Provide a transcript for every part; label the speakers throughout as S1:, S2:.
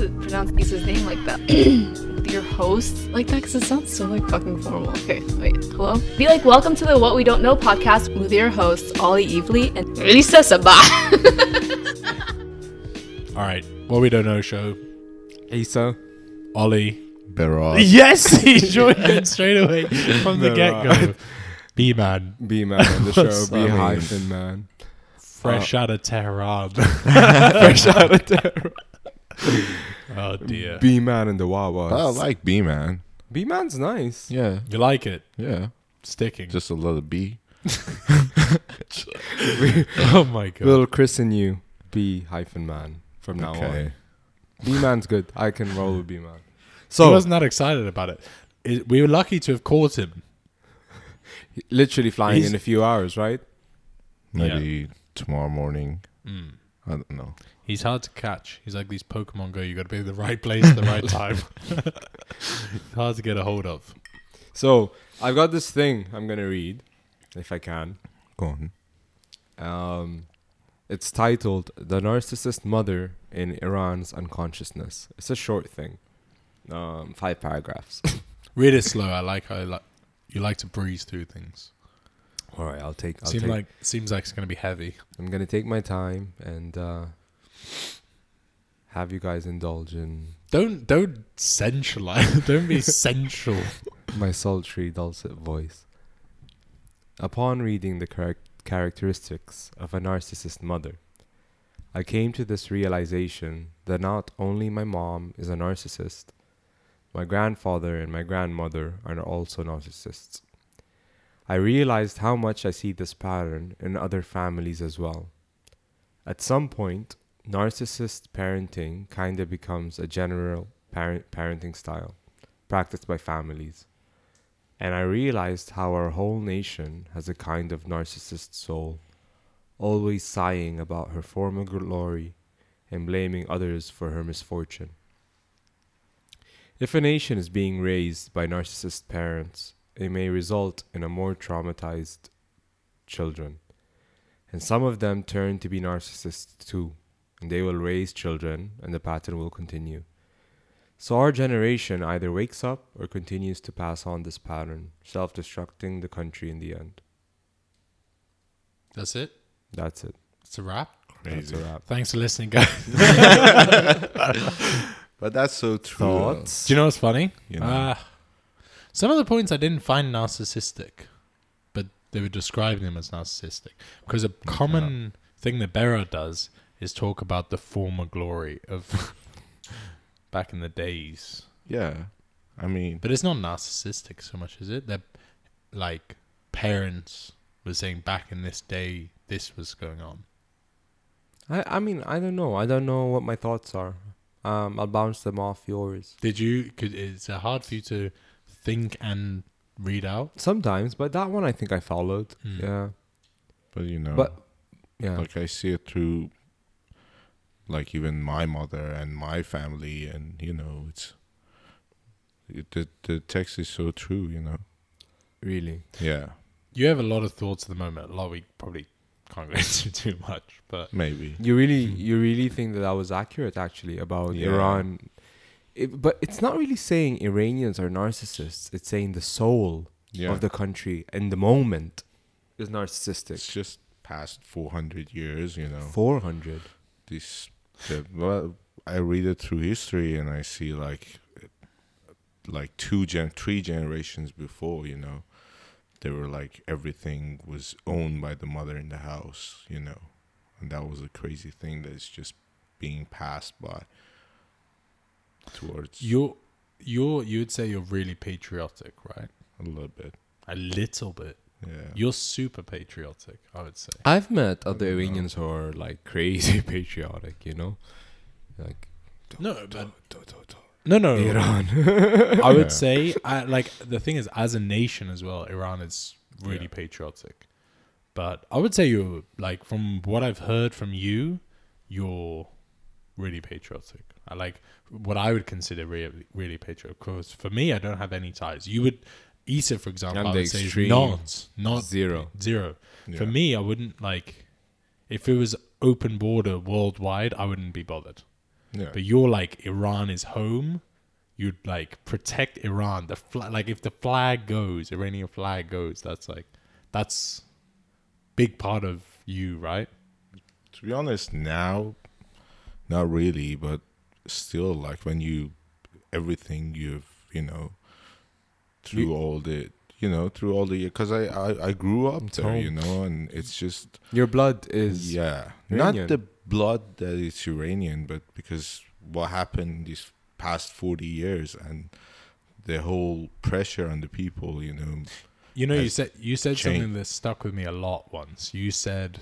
S1: is his name like that? Your host like that because it sounds so like fucking formal. Okay, wait, hello. Be like, welcome to the What We Don't Know podcast with your hosts Ollie Evely and Lisa Sabah.
S2: All right. What we don't know show.
S3: Issa.
S2: Ollie.
S4: Berard.
S2: Yes, he joined in straight away from the
S3: There
S2: get go.
S3: are.
S2: B man,
S3: B man of the
S2: What's
S3: show. B
S4: that mean?
S3: hyphen man. Uh,
S2: fresh out of Tehran. fresh out of Tehran. oh dear.
S3: B man and the Wawas.
S4: I like B man.
S3: B man's nice.
S4: Yeah,
S2: you like it?
S4: yeah.
S2: Sticking.
S4: Just a little B.
S2: oh my god.
S3: We'll christen you B hyphen man from now on. B man's good. I can roll with B man.
S2: he
S3: So
S2: wasn't that excited about it. It- We were lucky to have caught him.
S3: literally flying
S2: He's-
S3: in a few hours, right?
S4: Maybe tomorrow morning. I don't know.
S2: He's hard to catch. He's like these Pokemon Go. You got to be in the right place at the right time. hard to get a hold of.
S3: So I've got this thing I'm gonna read, if I can.
S4: Go on.
S3: Um, it's titled "The Narcissist Mother in Iran's Unconsciousness." It's a short thing, um, five paragraphs.
S2: Read it slow. I like how you like, you like to breeze through things.
S3: All right, I'll take. I'll
S2: Seems
S3: take
S2: like seems like it's going to be heavy.
S3: I'm gonna take my time and uh, have you guys indulge in
S2: Don't don't centralize. Don't be central.
S3: my sultry, dulcet voice. Upon reading the charac- characteristics of a narcissist mother, I came to this realization that not only my mom is a narcissist, my grandfather and my grandmother are also narcissists. I realized how much I see this pattern in other families as well. At some point, narcissist parenting kind of becomes a general parent- parenting style practiced by families. And I realized how our whole nation has a kind of narcissist soul, always sighing about her former glory and blaming others for her misfortune. If a nation is being raised by narcissist parents, it may result in a more traumatized children. And some of them turn to be narcissists too, and they will raise children, and the pattern will continue. So our generation either wakes up or continues to pass on this pattern, self destructing the country in the end.
S2: That's it.
S3: That's it.
S2: It's a wrap.
S3: That's a wrap.
S2: Thanks for listening, guys.
S4: But that's so true. though.
S3: Thoughts?
S2: Do you know what's funny?
S4: You know.
S2: Uh, some of the points I didn't find narcissistic, but they were describing them as narcissistic. Because a common thing that Bera does is talk about the former glory of back in the days.
S4: Yeah. I mean,
S2: But it's not narcissistic so much, is it? That like parents were saying back in this day this was going on.
S3: I, I mean, I don't know. I don't know what my thoughts are. Um, I'll bounce them off yours.
S2: Did you? Could it's uh, hard for you to think and read out?
S3: Sometimes, but that one I think I followed.
S2: Hmm.
S3: Yeah.
S4: but you know,
S3: But, uh, yeah.
S4: like I see it through, like even my mother and my family, and you know, it's it, the the text is so true. You know.
S3: really.
S4: Yeah.
S2: You have a lot of thoughts at the moment. A lot we probably can't go into too much, but
S4: Maybe.
S3: You really, you really think that that was accurate, actually, about
S4: Hmm. Yeah.
S3: Iran. It, but it's not really saying Iranians are narcissists. It's saying the soul
S4: Yeah.
S3: of the country in the moment is narcissistic.
S4: it's just past four hundred years. You know.
S3: 400.
S4: this the, well, I read it through history and I see like like two gen three generations before you know they were like everything was owned by the mother in the house you know and that was a crazy thing that's just being passed by towards
S2: you're you're you would say you're really patriotic, right?
S4: a little bit
S2: A little bit.
S4: yeah
S2: You're super patriotic, I would say.
S3: I've met other Iranians who are like crazy patriotic, you know? Like,
S2: No, but no, no. I would say, I, like the thing is, as a nation as well, Iran is really
S4: Yeah.
S2: patriotic. But I would say you're like from what I've heard from you, you're really patriotic. I like what I would consider really really patriotic. Because for me, I don't have any ties. You would, Issa, for example,
S3: I'm
S2: I
S3: the
S2: would say is
S3: extreme
S2: not not
S3: zero.
S2: zero. For
S4: Yeah.
S2: me, I wouldn't like if it was open border worldwide. I wouldn't be bothered.
S4: Yeah.
S2: But you're like Iran is home. You'd like protect Iran. The flag, like if the flag goes, Iranian flag goes. That's like that's big part of you, right?
S4: to be honest, now, not really, but still, like when you, everything you've, you know, through all the, you know, through all the, because I, I, I grew up
S3: It's
S4: there, you
S3: home.
S4: know, and it's just,
S3: Your blood is
S4: yeah,
S3: Iranian.
S4: not the blood that is Iranian, but because what happened these past 40 years and the whole pressure on the people, you know,
S2: You know, you
S4: has
S2: said you said
S4: changed.
S2: something that stuck with me a lot once. You said,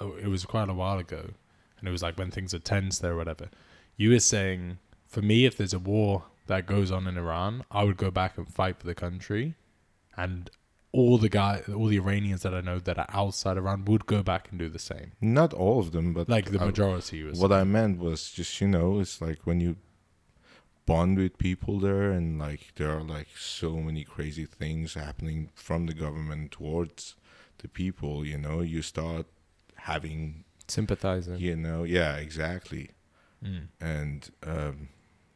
S2: oh, it was quite a while ago, and it was like when things are tense there or whatever. You were saying, for me, if there's a war that goes on in Iran, I would go back and fight for the country, and all the guy, all the Iranians that I know that are outside Iran would go back and do the same.
S4: not all of them, but
S2: Like the
S4: I-
S2: majority was.
S4: Oh, what I meant was just you know it's like when you bond with people there and like there are like so many crazy things happening from the government towards the people you know you start having
S3: sympathizing.
S4: you know yeah exactly
S2: Mm.
S4: and um,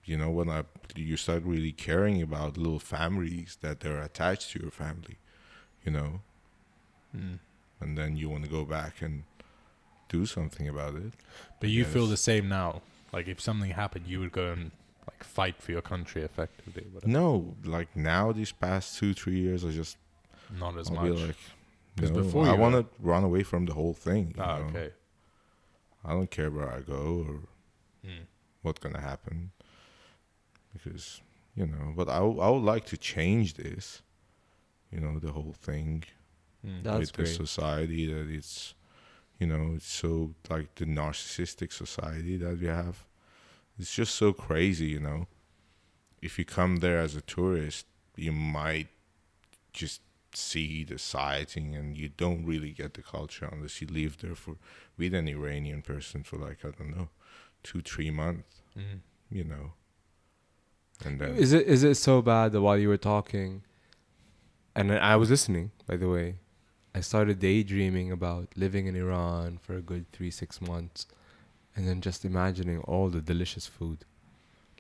S4: you know when I you start really caring about little families that they're attached to your family you know
S2: Mm.
S4: and then you want to go back and do something about it
S2: But you feel
S4: Yes.
S2: the same now. Like if something happened, you would go and like fight for your country effectively. or Whatever.
S4: No, like now these past two three years, I just
S2: Not as
S4: I'll
S2: much.
S4: be like,
S2: 'Cause
S4: no,
S2: before
S4: I
S2: you
S4: want to run away from the whole thing. you
S2: ah,
S4: know?
S2: okay.
S4: I don't care where I go or
S2: Mm.
S4: what's gonna happen, because you know. But I w- I would like to change this, you know, the whole thing
S2: Mm.
S3: That's
S4: with the
S3: great.
S4: society that it's, you know, it's so like the narcissistic society that we have. It's just so crazy, you know. If you come there as a tourist, you might just see the sighting and you don't really get the culture unless you live there for with an Iranian person for like, I don't know, two, three months,
S2: Mm.
S4: you know. And then
S3: Is it is it so bad that while you were talking, and I I was listening, by the way, I started daydreaming about living in Iran for a good three six months, and then just imagining all the delicious food,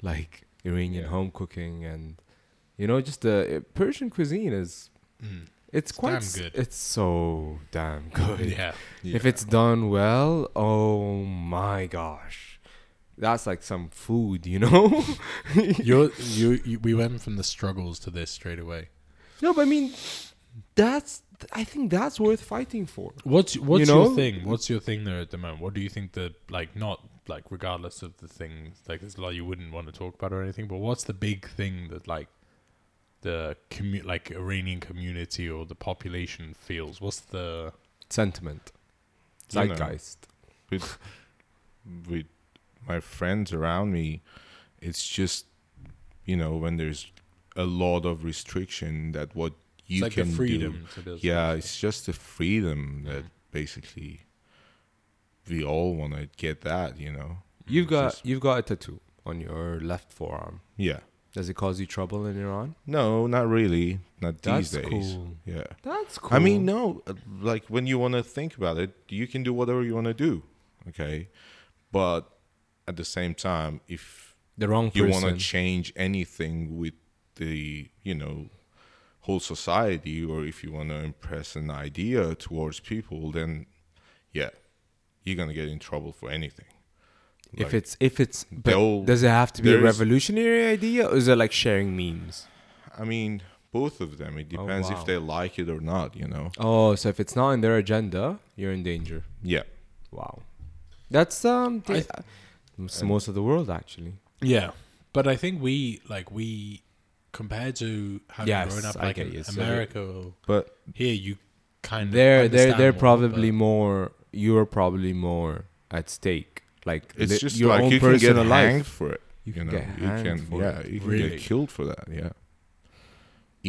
S3: like Iranian
S2: Yeah.
S3: home cooking and, you know, just the uh, Persian cuisine is
S2: Mm.
S3: it's, quite
S2: damn
S3: s-
S2: good.
S3: It's so damn
S4: Oh,
S3: good.
S2: Yeah.
S3: If it's done well, oh my gosh. That's like some food, you know?
S2: You're, you, you, we went from the struggles to this straight away.
S3: No, but I mean, that's. I think that's worth fighting for.
S2: What's what's
S3: You know?
S2: your thing? What's your thing there at the moment? What do you think that like not like regardless of the things like there's a lot you wouldn't want to talk about or anything, but what's the big thing that like the commu- like Iranian community or the population feels? What's the
S3: Sentiment,
S4: You know.
S3: zeitgeist.
S4: with with my friends around me it's just you know when there's a lot of restriction that what you
S2: it's like the
S4: can
S2: freedom to
S4: do
S2: business.
S4: yeah it's just the freedom that basically we all want to get that you know
S3: You've
S4: It's
S3: got
S4: Mm, just-
S3: you've got a tattoo on your left forearm.
S4: yeah
S3: Does it cause you trouble in Iran?
S4: no not really not
S3: That's
S4: these days
S3: cool.
S4: yeah
S3: That's cool.
S4: I mean, no, uh, like when you want to think about it, you can do whatever you want to do, okay? But at the same time, if
S3: the wrong
S4: you
S3: person.
S4: want to change anything with the you know whole society or if you want to impress an idea towards people then yeah you're gonna get in trouble for anything
S3: if
S4: Like,
S3: it's if it's but
S4: they'll-
S3: does it have to be a
S4: there is-
S3: revolutionary idea or is it like sharing memes?
S4: i mean both of them it
S3: Oh,
S4: depends
S3: wow.
S4: if they like it or not you know
S3: Oh, so if it's not in their agenda, you're in danger.
S4: yeah
S3: Wow, that's um,
S2: I
S3: the- it's most of the world actually.
S2: Yeah, but I think we like we compared to having
S3: Yes,
S2: grown up
S3: I
S2: like
S3: get
S2: in
S3: you. So-
S2: America or
S4: but
S2: here, you kind of
S3: they're they're
S2: understand
S3: they're
S2: more,
S3: probably
S2: but-
S3: more you're probably more at stake like
S4: it's
S3: li-
S4: just
S3: your
S4: like
S3: own
S4: you can
S3: personal
S4: get
S3: life
S4: hanged for it
S3: you
S4: you,
S3: can
S4: know
S3: get
S4: you
S3: hanged
S4: can
S3: for
S4: yeah
S3: it.
S4: you can
S2: Really?
S4: get killed for that yeah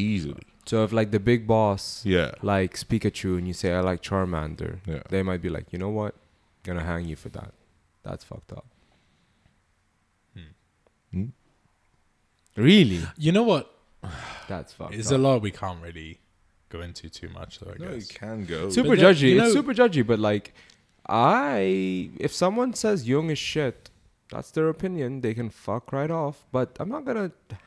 S4: easily
S3: so if like the big boss
S4: yeah
S3: likes pikachu and you say i like charmander
S4: yeah
S3: they might be like you know what gonna hang you for that that's fucked up
S4: Hmm?
S3: really
S2: You know what?
S3: that's fucked
S2: It's a
S3: up
S2: lot we can't really go into too much, though. I
S4: no you
S2: guess.
S4: can go
S3: super
S2: But that-
S3: judgy
S2: you
S3: it's
S2: know-
S3: super judgy but like i if someone says young as shit That's their opinion. They can fuck right off. But I'm not gonna.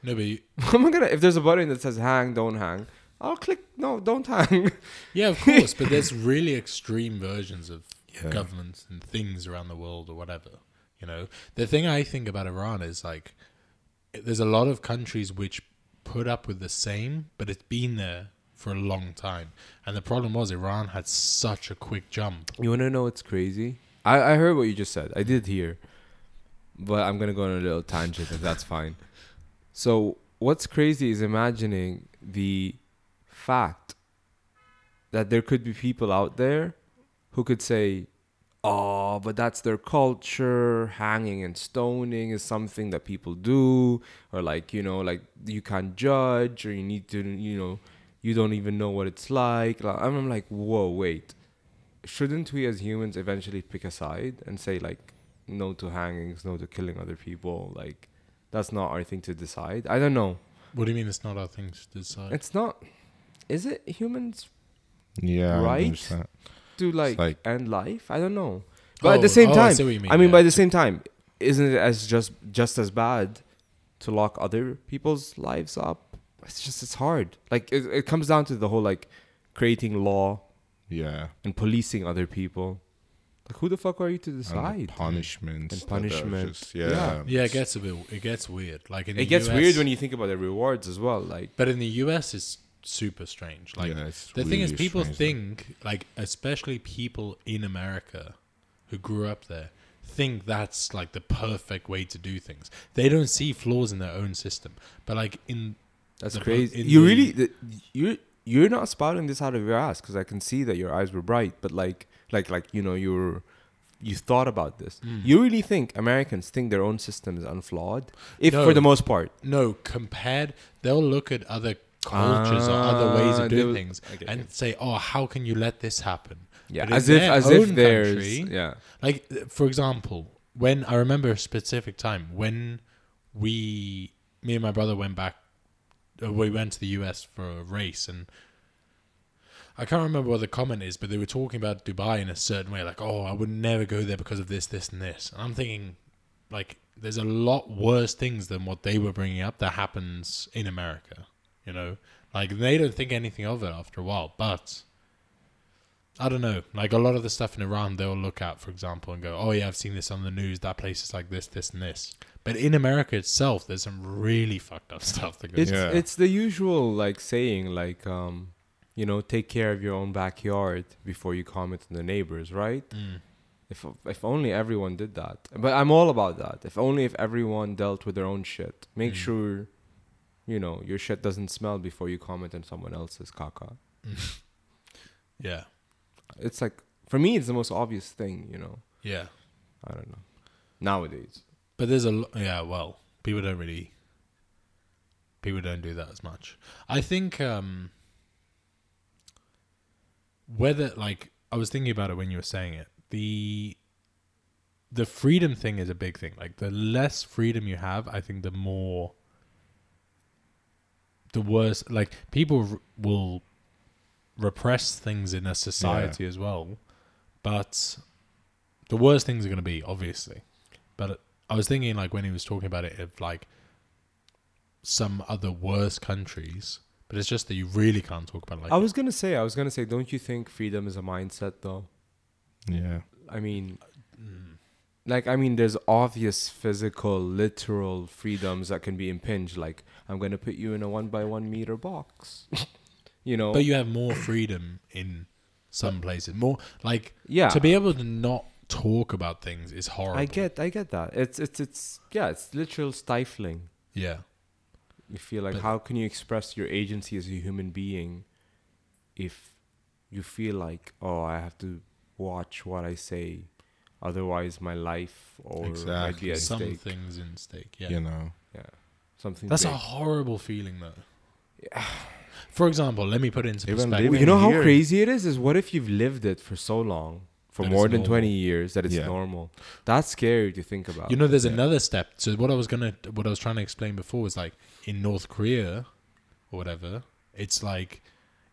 S2: No, but you,
S3: I'm not gonna. If there's a button that says hang, don't hang. I'll click no, don't hang.
S2: yeah, of course. but there's really extreme versions of
S4: Yeah.
S2: governments and things around the world or whatever. You know, the thing I think about Iran is like, there's a lot of countries which put up with the same, but it's been there for a long time. And the problem was Iran had such a quick jump.
S3: You wanna know what's crazy? I I heard what you just said. I did hear, but I'm gonna go on a little tangent if that's fine. So what's crazy is imagining the fact that there could be people out there who could say, "Oh, but that's their culture. Hanging and stoning is something that people do, or like you know, like you can't judge, or you need to, you know, you don't even know what it's like." Like, I'm I'm like, whoa, wait. Shouldn't we as humans eventually pick a side and say like, no to hangings, no to killing other people? Like, that's not our thing to decide. I don't know.
S2: What do you mean it's not our thing to decide?
S3: It's not. Is it humans
S4: Yeah, I
S3: Right?
S4: understand.
S3: to like,
S4: like-
S3: end life? I don't know. But at
S2: Oh,
S3: the same
S2: oh, I
S3: time,
S2: see what you mean,
S3: I mean,
S2: yeah.
S3: by the same time, isn't it as just just as bad to lock other people's lives up? It's just it's hard. Like it, it comes down to the whole like creating law
S4: Yeah,
S3: and policing other people. Like who the fuck are you to
S4: and
S3: decide?
S4: the punishments
S3: And
S4: that are
S3: punishment.
S4: just- yeah,
S3: Yeah.
S2: yeah, it gets a bit. It gets weird. Like in the
S3: It gets
S2: US,
S3: weird when you think about the rewards as well. Like
S2: But in the US, it's super strange. Like
S4: Yeah, it's
S2: the thing is,
S4: really
S2: people
S4: strange,
S2: think like, especially people in America who grew up there, think that's like the perfect way to do things. They don't see flaws in their own system. But like in
S3: that's
S2: The-
S3: crazy.
S2: in
S3: You
S2: the-
S3: really the, you you're not spouting this out of your ass because I can see that your eyes were bright. But like like like you know you were you thought about this.
S2: Hmm.
S3: You really think Americans think their own system is unflawed? If
S2: No.
S3: for the most part,
S2: no compared, they'll look at other cultures or other ways
S3: Ah,
S2: of
S3: they
S2: doing
S3: will-
S2: things
S3: I get
S2: and
S3: you.
S2: say, "Oh, how can you let this happen?"
S3: yeah,
S2: But in
S3: as if
S2: their
S3: as if
S2: own
S3: there's
S2: country,
S3: yeah
S2: Like uh, for example, when I remember a specific time when we, me and my brother went back, uh, we went to the US for a race, and I can't remember what the comment is, but they were talking about Dubai in a certain way, like, "Oh, I would never go there because of this, this, and this." And I'm thinking, like, there's a lot worse things than what they were bringing up that happens in America, you know. Like they don't think anything of it after a while, but I don't know. Like a lot of the stuff in Iran, they'll look at, for example, and go, "Oh yeah, I've seen this on the news. That place is like this, this, and this." But in America itself, there's some really fucked up stuff that goes.
S3: it's
S4: Yeah.
S3: it's the usual like saying like um you know take care of your own backyard before you comment on the neighbors right
S2: Mm.
S3: If if only everyone did that. But I'm all about that. If only if everyone dealt with their own shit. Make
S2: Mm.
S3: sure, you know, your shit doesn't smell before you comment on someone else's caca.
S2: Yeah,
S3: It's like for me, it's the most obvious thing. You know,
S2: yeah.
S3: I don't know. Nowadays,
S2: But there's a lo- yeah. Well, people don't really. People don't do that as much. I think um, whether like I was thinking about it when you were saying it, the the freedom thing is a big thing. Like the less freedom you have, I think the more the worse. Like people r- will repress things in a society as well, but the worst things are going to be obviously. But I was thinking like when he was talking about it of like some other worse countries, but it's just that you really can't talk about it like
S3: I was gonna say, I was gonna say, don't you think freedom is a mindset though?
S4: yeah.
S3: I mean,
S2: Uh, mm.
S3: like, I mean, there's obvious physical, literal freedoms that can be impinged. Like, I'm gonna put you in a one by one meter box. you know,
S2: But you have more freedom in some places. More like
S3: yeah.
S2: to be able to not talk about things is horrible.
S3: I get, I get that. It's, it's, it's, yeah, it's literal stifling.
S2: Yeah.
S3: You feel like
S2: But-
S3: how can you express your agency as a human being if you feel like oh I have to watch what I say, otherwise my life or might be
S4: Exactly.
S3: at
S2: some
S3: stake.
S2: things in stake. Yeah.
S4: You know,
S3: Yeah, something
S2: That's a
S3: big.
S2: horrible feeling though. For example, let me put it into
S4: Even
S2: perspective.
S4: living
S3: you know how
S4: here-
S3: crazy it is is what if you've lived it for so long for
S2: That it's
S3: more than
S2: normal.
S3: 20 years that it's
S4: Yeah.
S3: normal that's scary to think about
S2: You know, there's
S4: Yeah.
S2: another step. So what I was gonna, what I was trying to explain before was like in North Korea, or whatever. It's like,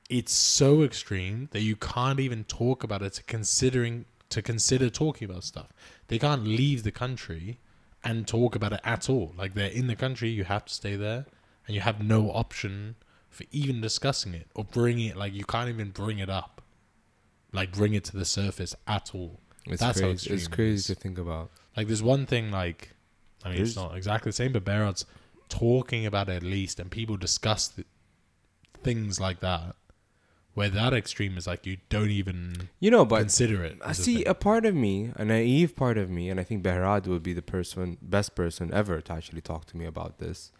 S2: it's so extreme that you can't even talk about it. It's considering to consider talking about stuff. They can't leave the country and talk about it at all. Like they're in the country, you have to stay there, and you have no option for even discussing it or bringing it. Like you can't even bring it up, like bring it to the surface at all.
S3: It's
S2: That's how
S3: crazy. It's
S2: extreme it
S3: crazy
S2: is.
S3: to think about.
S2: Like there's one thing like I mean
S4: There's-
S2: it's not exactly the same, but Berard's talking about it at least, and people discuss th- things like that. Where that extreme is like you don't even
S3: You know, but
S2: consider it.
S3: I
S2: as a
S3: see
S2: thing.
S3: a part of me, a naive part of me, and I think Behrad would be the person, best person ever to actually talk to me about this.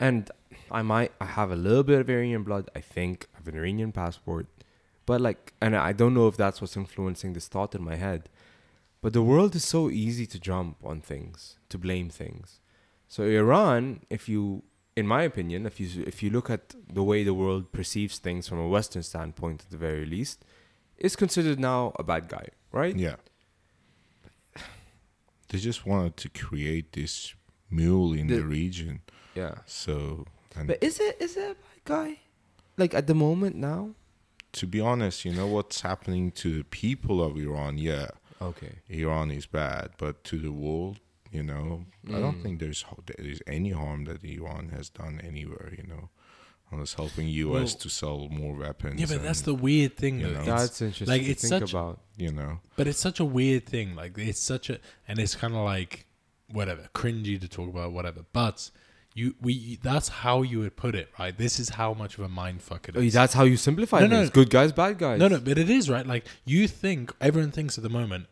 S3: And I might, I have a little bit of Iranian blood, I think, I have an Iranian passport, but like, and I don't know if that's what's influencing this thought in my head. But the world is so easy to jump on things, to blame things. So Iran, if you, in my opinion, if you if you look at the way the world perceives things from a Western standpoint, at the very least, is considered now a bad guy, right?
S4: Yeah. They just wanted to create this mule in the,
S3: The-
S4: region.
S3: Yeah.
S4: So, and
S3: But is it is it a bad guy? Like at the moment now?
S4: to be honest, you know what's happening to the people of Iran? Yeah,
S3: Okay.
S4: Iran is bad, but to the world, you know, I don't think there's ho- there is any harm that Iran has done anywhere, you know, unless helping US
S2: Well-
S4: to sell more
S3: um,
S4: weapons.
S2: yeah, but that's
S4: and,
S2: the weird thing.
S4: you
S2: though.
S4: know.
S2: It's-
S3: That's interesting
S2: like,
S3: to
S2: it's
S3: think
S2: such-
S3: about.
S4: you know.
S2: But it's such a weird thing. Like it's such a, and it's kind of like whatever, cringy to talk about, whatever. But you, we, that's how you would put it, right? This is how much of a mind fuck it
S3: Oh,
S2: is.
S3: that's how you simplify
S2: No, no.
S3: things. Good guys, bad guys.
S2: No, no, but it is right. Like you think everyone thinks at the moment,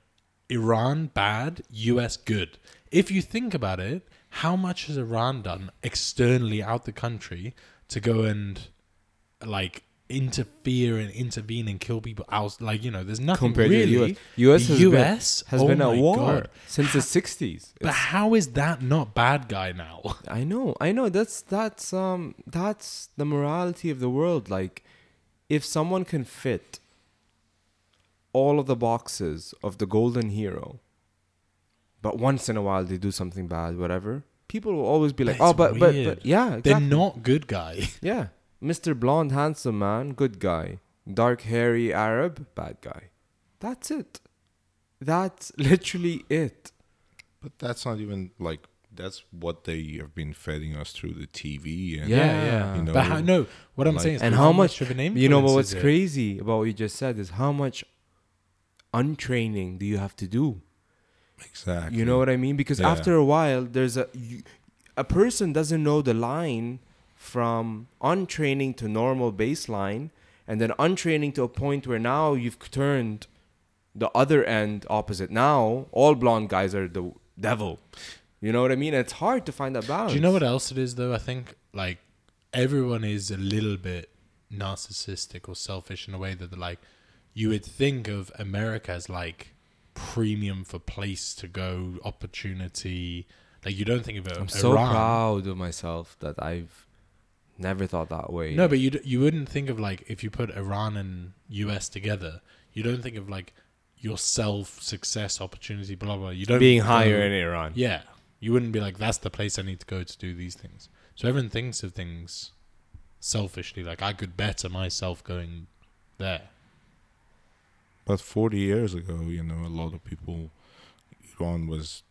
S2: Iran bad, U.S. good. If you think about it, how much has Iran done externally out the country to go and like interfere and intervene and kill people out? Like you know, there's nothing
S3: Compared
S2: really.
S3: to the US. US
S2: The
S3: has
S2: US?
S3: been, has
S2: Oh
S3: been
S2: my
S3: at war
S2: God.
S3: since the 60s.
S2: But how is that not bad guy now?
S3: I know, I know. That's that's um that's the morality of the world. Like, if someone can fit all of the boxes of the golden hero, but once in a while they do something bad, whatever, people will always be like,
S2: That's
S3: oh, but but,
S2: weird.
S3: but yeah,
S2: They're
S3: exactly.
S2: not good guy.
S3: yeah, Mister Blonde, handsome man, good guy. Dark, hairy Arab, bad guy. That's it. That's literally it.
S4: But that's not even like that's what they have been feeding us through the TV and
S3: Yeah, yeah.
S4: You know,
S2: but how, no, what I'm
S4: like-
S2: saying is,
S3: and how much,
S2: of an
S3: you know
S2: influence
S3: but what's
S2: is it?
S3: crazy about what you just said is how much untraining do you have to do
S4: exactly.
S3: you know what i mean because
S4: Yeah.
S3: after a while there's a you, a person doesn't know the line from untraining to normal baseline and then untraining to a point where now you've turned the other end opposite now all blonde guys are the devil you know what i mean it's hard to find that balance
S2: Do you know what else it is though? I think like everyone is a little bit narcissistic or selfish in a way that they're like you would think of America as like premium for place to go, opportunity. Like you don't think of it.
S3: i'm so
S2: Iran.
S3: proud of myself that i've never thought that way
S2: No, but you d- you wouldn't think of like if you put Iran and US together, you don't think of like yourself, success, opportunity, blah blah. You don't
S3: being
S2: go-
S3: higher in Iran.
S2: Yeah. You wouldn't be like, that's the place I need to go to do these things. So everyone thinks of things selfishly, like I could better myself going there.
S4: But 40 years ago, you know, a lot of people, Iran was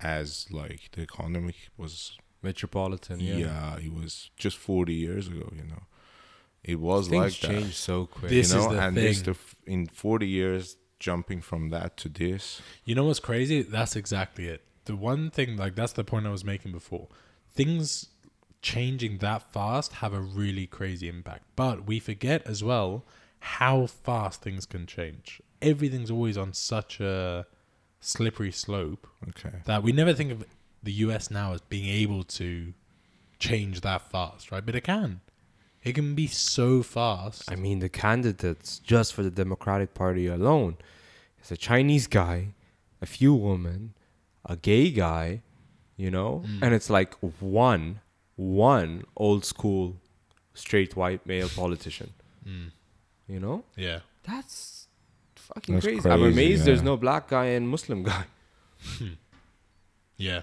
S4: as like the economy was,
S3: Metropolitan.
S4: yeah,
S3: Yeah.
S4: it was just 40 years ago, you know. It was
S3: Things
S4: like
S3: change
S4: that.
S3: so quick.
S2: This
S4: you know,
S2: is the
S4: and
S2: thing.
S4: It's the, f- in 40 years, jumping from that to this,
S2: You know what's crazy? That's exactly it. The one thing, like, that's the point I was making before. Things changing that fast have a really crazy impact. But we forget as well how fast things can change. Everything's always on such a slippery slope.
S4: okay.
S2: that we never think of the US now as being able to change that fast, right? But it can. It can be so fast.
S3: I mean, the candidates just for the Democratic Party alone is a Chinese guy, a few women, a gay guy, you know, and it's like one, one old school, straight white male politician. You know,
S2: yeah.
S3: Mm. that's fucking
S4: That's
S3: crazy. I'm
S4: crazy,
S3: amazed there's
S4: yeah.
S3: no black guy and Muslim guy.
S2: Yeah.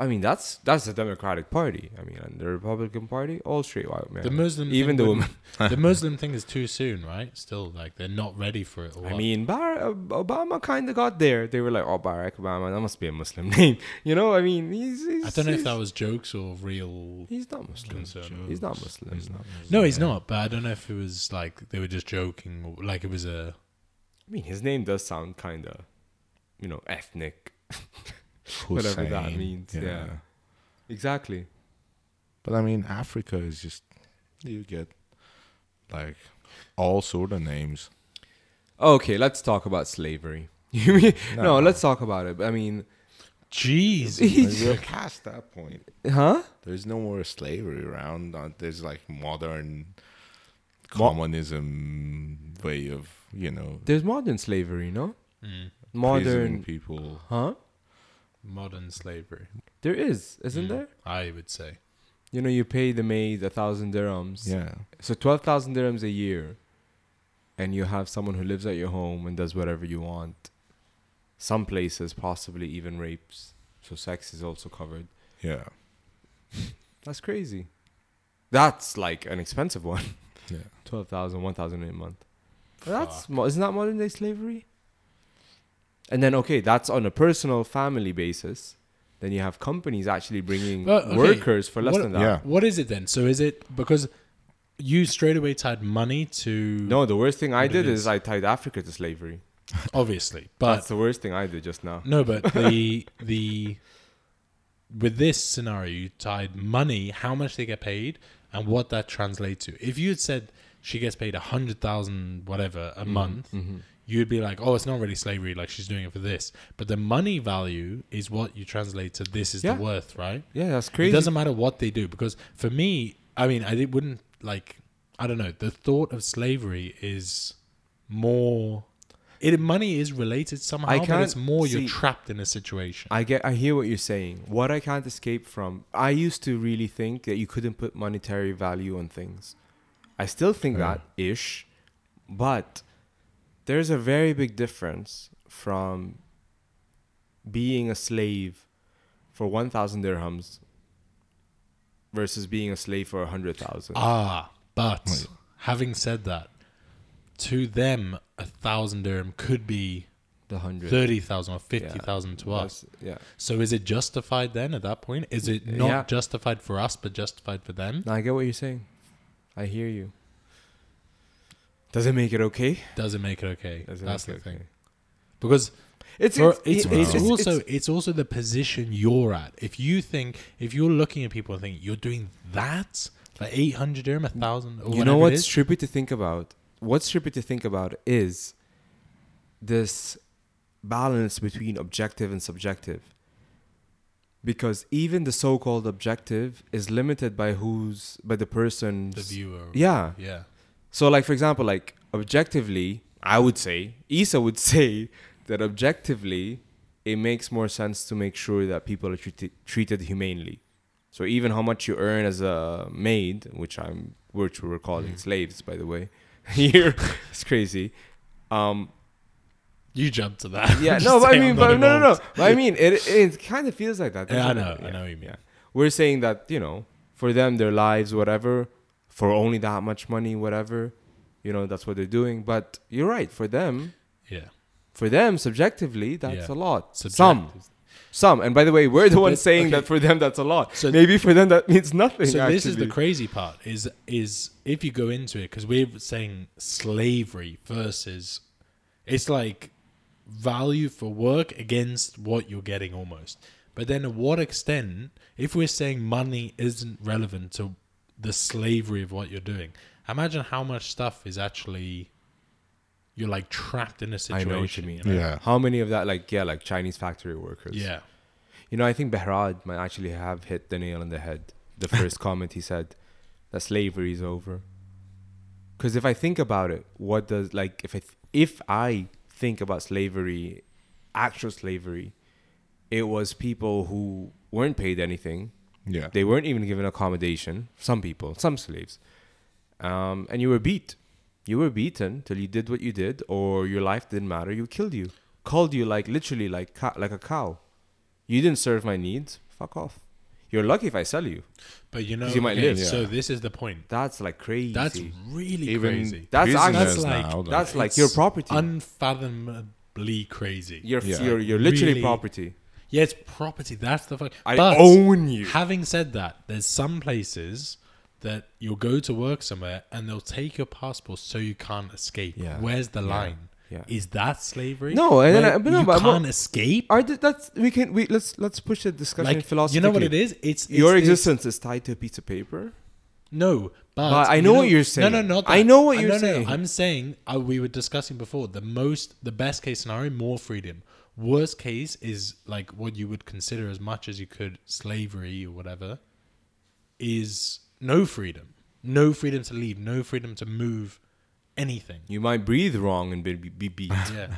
S3: I mean, that's that's the Democratic Party. I mean, and the Republican Party, all straight white men.
S2: The Muslim thing
S3: even the
S2: wouldn't- the Muslim thing is too soon, right? Still, like they're not ready for it. Or
S3: I
S2: what?
S3: mean, Bar- Obama kind of got there. They were like, "Oh, Barack Obama, that must be a Muslim name," you know. I mean, he's. he's
S2: I don't know if
S3: he's-
S2: that was jokes or real.
S3: He's not Muslim.
S2: Concern.
S3: He's not Muslim.
S2: No, he's not. But I don't know if it was like they were just joking, or like it was a.
S3: I mean, his name does sound kind of, you know, ethnic. Whatever that
S4: Hussein,
S3: means, yeah. Exactly.
S4: But I mean, Africa is just you get like all sort of names.
S3: Okay, let's talk about slavery. You mean- no. let's talk about it. I mean,
S2: Jeez.
S4: Like,
S3: he's-
S4: we're past that point.
S3: huh?
S4: There's no more slavery around. Uh, There's like modern communism way of you know
S3: There's modern slavery, no?
S2: Mm.
S4: modern
S3: Modern,
S4: people.
S3: huh?
S2: Modern slavery,
S3: There is, isn't
S2: Mm.
S3: there?
S2: I would say.
S3: You know, you pay the maid a thousand dirhams.
S4: Yeah,
S3: So twelve thousand dirhams a year, and you have someone who lives at your home and does whatever you want. Some places possibly even rapes. So sex is also covered.
S4: yeah,
S3: That's crazy. That's like an expensive one.
S4: yeah.
S3: 12,000, 1,000 a month. That's mo- isn't that modern day slavery? And then okay, that's on a personal family basis. Then you have companies actually bringing
S2: But, okay,
S3: workers for less
S2: what-
S3: than that.
S4: yeah.
S2: What is it then? So is it because you straight away tied money to
S3: No, the worst thing I
S2: But it
S3: did is.
S2: is.
S3: I tied Africa to slavery.
S2: obviously, but
S3: that's the worst thing I did just now.
S2: No, but the the with this scenario, you tied money, how much they get paid, and what that translates to. If you had said she gets paid a hundred thousand whatever
S3: Mm-hmm,
S2: a month, you'd be like, oh, it's not really slavery. Like she's doing it for this, but the money value is what you translate to. This is
S3: Yeah.
S2: the worth, right?
S3: Yeah, that's
S2: It
S3: crazy.
S2: doesn't matter what they do because for me, I mean, I did- wouldn't like. I don't know. The thought of slavery is more. It money is related somehow, but
S3: can't
S2: it's more
S3: see-
S2: you're trapped in a situation.
S3: I get I hear what you're saying. What I can't escape from I used to really think that you couldn't put monetary value on things. I still think that ish, but there's a very big difference from being a slave for 1000 dirhams versus being a slave for 100,000.
S2: ah, but having said that, to them a thousand dirham could be
S3: the 100.
S2: thirty thousand or fifty thousand to us.
S3: That's- Yeah.
S2: So is it justified then at that point? Is it not
S3: Yeah.
S2: justified for us but justified for them?
S3: No, I get what you're saying. I hear you. Does it make it okay?
S2: Does it make it okay?
S3: Does it
S2: That's the
S3: make it
S2: thing.
S3: okay?
S2: Because
S3: It's
S2: For-
S3: it's,
S2: it's,
S3: it-
S2: it's,
S3: it's-
S2: also
S3: it's-
S2: it's, also the position you're at. If you think if you're looking at people and think you're doing that for eight hundred dirham, a thousand, or
S3: you know
S2: whatever it
S3: what's
S2: is,
S3: trippy to think about what's trippy to think about is this balance between objective and subjective because even the so-called objective is limited by who's by the person's
S2: the viewer.
S3: yeah
S2: yeah.
S3: so like for example like objectively i would say isa would say that objectively it makes more sense to make sure that people are treated, treated humanely so even how much you earn as a maid which i'm which we're calling slaves by the way here it's crazy um
S2: You jump to that.
S3: yeah
S2: Just
S3: no but i
S2: say I'm
S3: mean
S2: not
S3: but no no no
S2: involved.
S3: but i mean it it kind of feels like that
S2: Yeah, I
S3: doesn't
S2: know,
S3: it?
S2: I know what you mean.
S3: we're saying that you know for them their lives whatever for only that much money whatever you know that's what they're doing but you're right for them
S2: Yeah.
S3: for them subjectively that's
S2: Yeah.
S3: a lot
S2: Subjective.
S3: some some and by the way we're the ones
S2: But-
S3: saying
S2: okay.
S3: that for them that's a lot
S2: So-
S3: maybe for them that means nothing
S2: So this is the
S3: actually.
S2: crazy part is is if you go into it because we're saying slavery versus it's like value for work against what you're getting almost. But then at what extent if we're saying money isn't relevant to the slavery of what you're doing, imagine how much stuff is actually you're like trapped in a
S3: I
S2: situation.
S3: know what you mean.
S2: know?
S4: Yeah.
S3: how many of that like yeah like chinese factory workers
S2: Yeah.
S3: You know, I think Behrad might actually have hit the nail on the head. The first comment he said that slavery is over. Because if I think about it, what does like if I th- if I think about slavery, actual slavery, it was people who weren't paid anything.
S4: yeah.
S3: They weren't even given accommodation. Some people, some slaves, um, and you were beat. You were beaten till you did what you did, or your life didn't matter. You killed you, called you like literally like co- like a cow. You didn't serve my needs. fuck off. You're lucky if I sell you.
S2: But you know,
S3: you might
S2: okay,
S3: live.
S2: so
S4: Yeah.
S2: this is the point.
S3: That's like crazy.
S2: That's really
S4: Even
S2: crazy.
S3: That's
S4: prisoners
S3: actually-
S2: That's like-
S4: now,
S3: that's like
S2: It's
S3: your property.
S2: Unfathomably crazy.
S3: you're
S4: Yeah.
S3: you're you're literally
S2: Really?
S3: property.
S2: Yeah, it's property. That's the fuck.
S3: I
S2: but
S3: own you.
S2: Having said that, there's some places that you'll go to work somewhere and they'll take your passport so you can't escape.
S3: Yeah.
S2: Where's the line?
S3: Yeah.
S2: Is that slavery?
S3: No, and then
S2: Where
S3: I- but no,
S2: you
S3: but I'm not-
S2: can't escape.
S3: Are th- that's we can we let's let's push the discussion
S2: Like
S3: philosophically.
S2: you know what it is? It's, it's
S3: Your
S2: this-
S3: existence is tied to a piece of paper.
S2: No, but,
S3: But I know what you're saying.
S2: No, no, not. That.
S3: I know what
S2: Uh,
S3: you're
S2: no, no,
S3: saying.
S2: No, I'm saying uh, we were discussing before the most, the best case scenario, more freedom. Worst case is like what you would consider as much as you could slavery or whatever, is no freedom, no freedom to leave, no freedom to move, anything.
S3: You might breathe wrong and be, be, be beat.
S2: Yeah,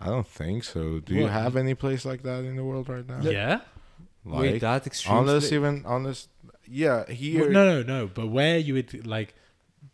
S4: I don't think so. Do you
S2: What?
S4: have any place like that in the world right now?
S2: yeah.
S4: Like,
S3: Wait, that extreme.
S4: unless
S3: sli-
S4: even unless yeah
S2: Well,
S4: here
S2: no, no, no. But where you would like,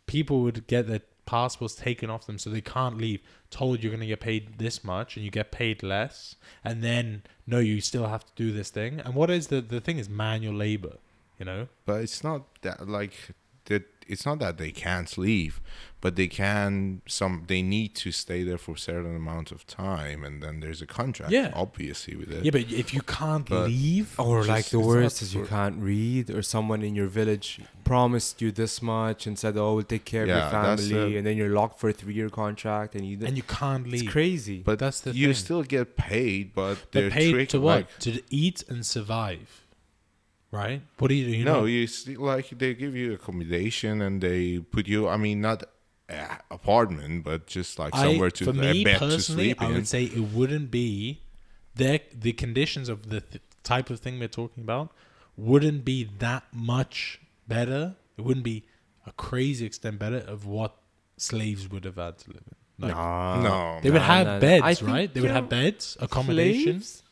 S2: people would get their passports taken off them, so they can't leave. Told you're gonna get paid this much, and you get paid less, and then no, you still have to do this thing. And what is the the thing is manual labor, you know?
S4: but it's not that like that it's not that they can't leave but they can some they need to stay there for certain amount of time and then there's a contract
S2: Yeah.
S4: obviously with it
S2: Yeah, but if you can't
S4: But-
S2: leave,
S3: or like
S4: Just-
S3: the
S4: it's
S3: worst
S4: not
S3: is you
S4: for-
S3: can't read, or someone in your village promised you this much and said, "Oh, we'll take care
S4: Yeah,
S3: of
S4: that's
S3: your family,"
S4: the-
S3: and then you're locked for a three-year contract, and you.
S2: and you can't
S3: it's
S2: leave,
S3: crazy.
S4: but
S2: that's the
S4: you
S2: thing.
S4: still get paid but
S2: they're
S4: they're
S2: paid
S4: trick-
S2: to what?
S4: like-
S2: to eat and survive, right? What do you do? You
S4: no
S2: know-
S4: you see, like they give you accommodation and they put you i mean not uh, apartment but just like somewhere to
S2: for
S4: a
S2: me
S4: bed to
S2: personally,
S4: sleep
S2: I
S4: in
S2: would say it wouldn't be the the conditions of the th- type of thing we're talking about wouldn't be that much better. It wouldn't be a crazy extent better of what slaves would have had to live in. Like,
S3: Nah.
S4: no
S2: they would
S3: nah,
S2: have
S3: nah, nah. I
S2: beds,
S3: think
S2: right? They would have
S3: you're-
S2: beds, accommodations,
S3: Slaves?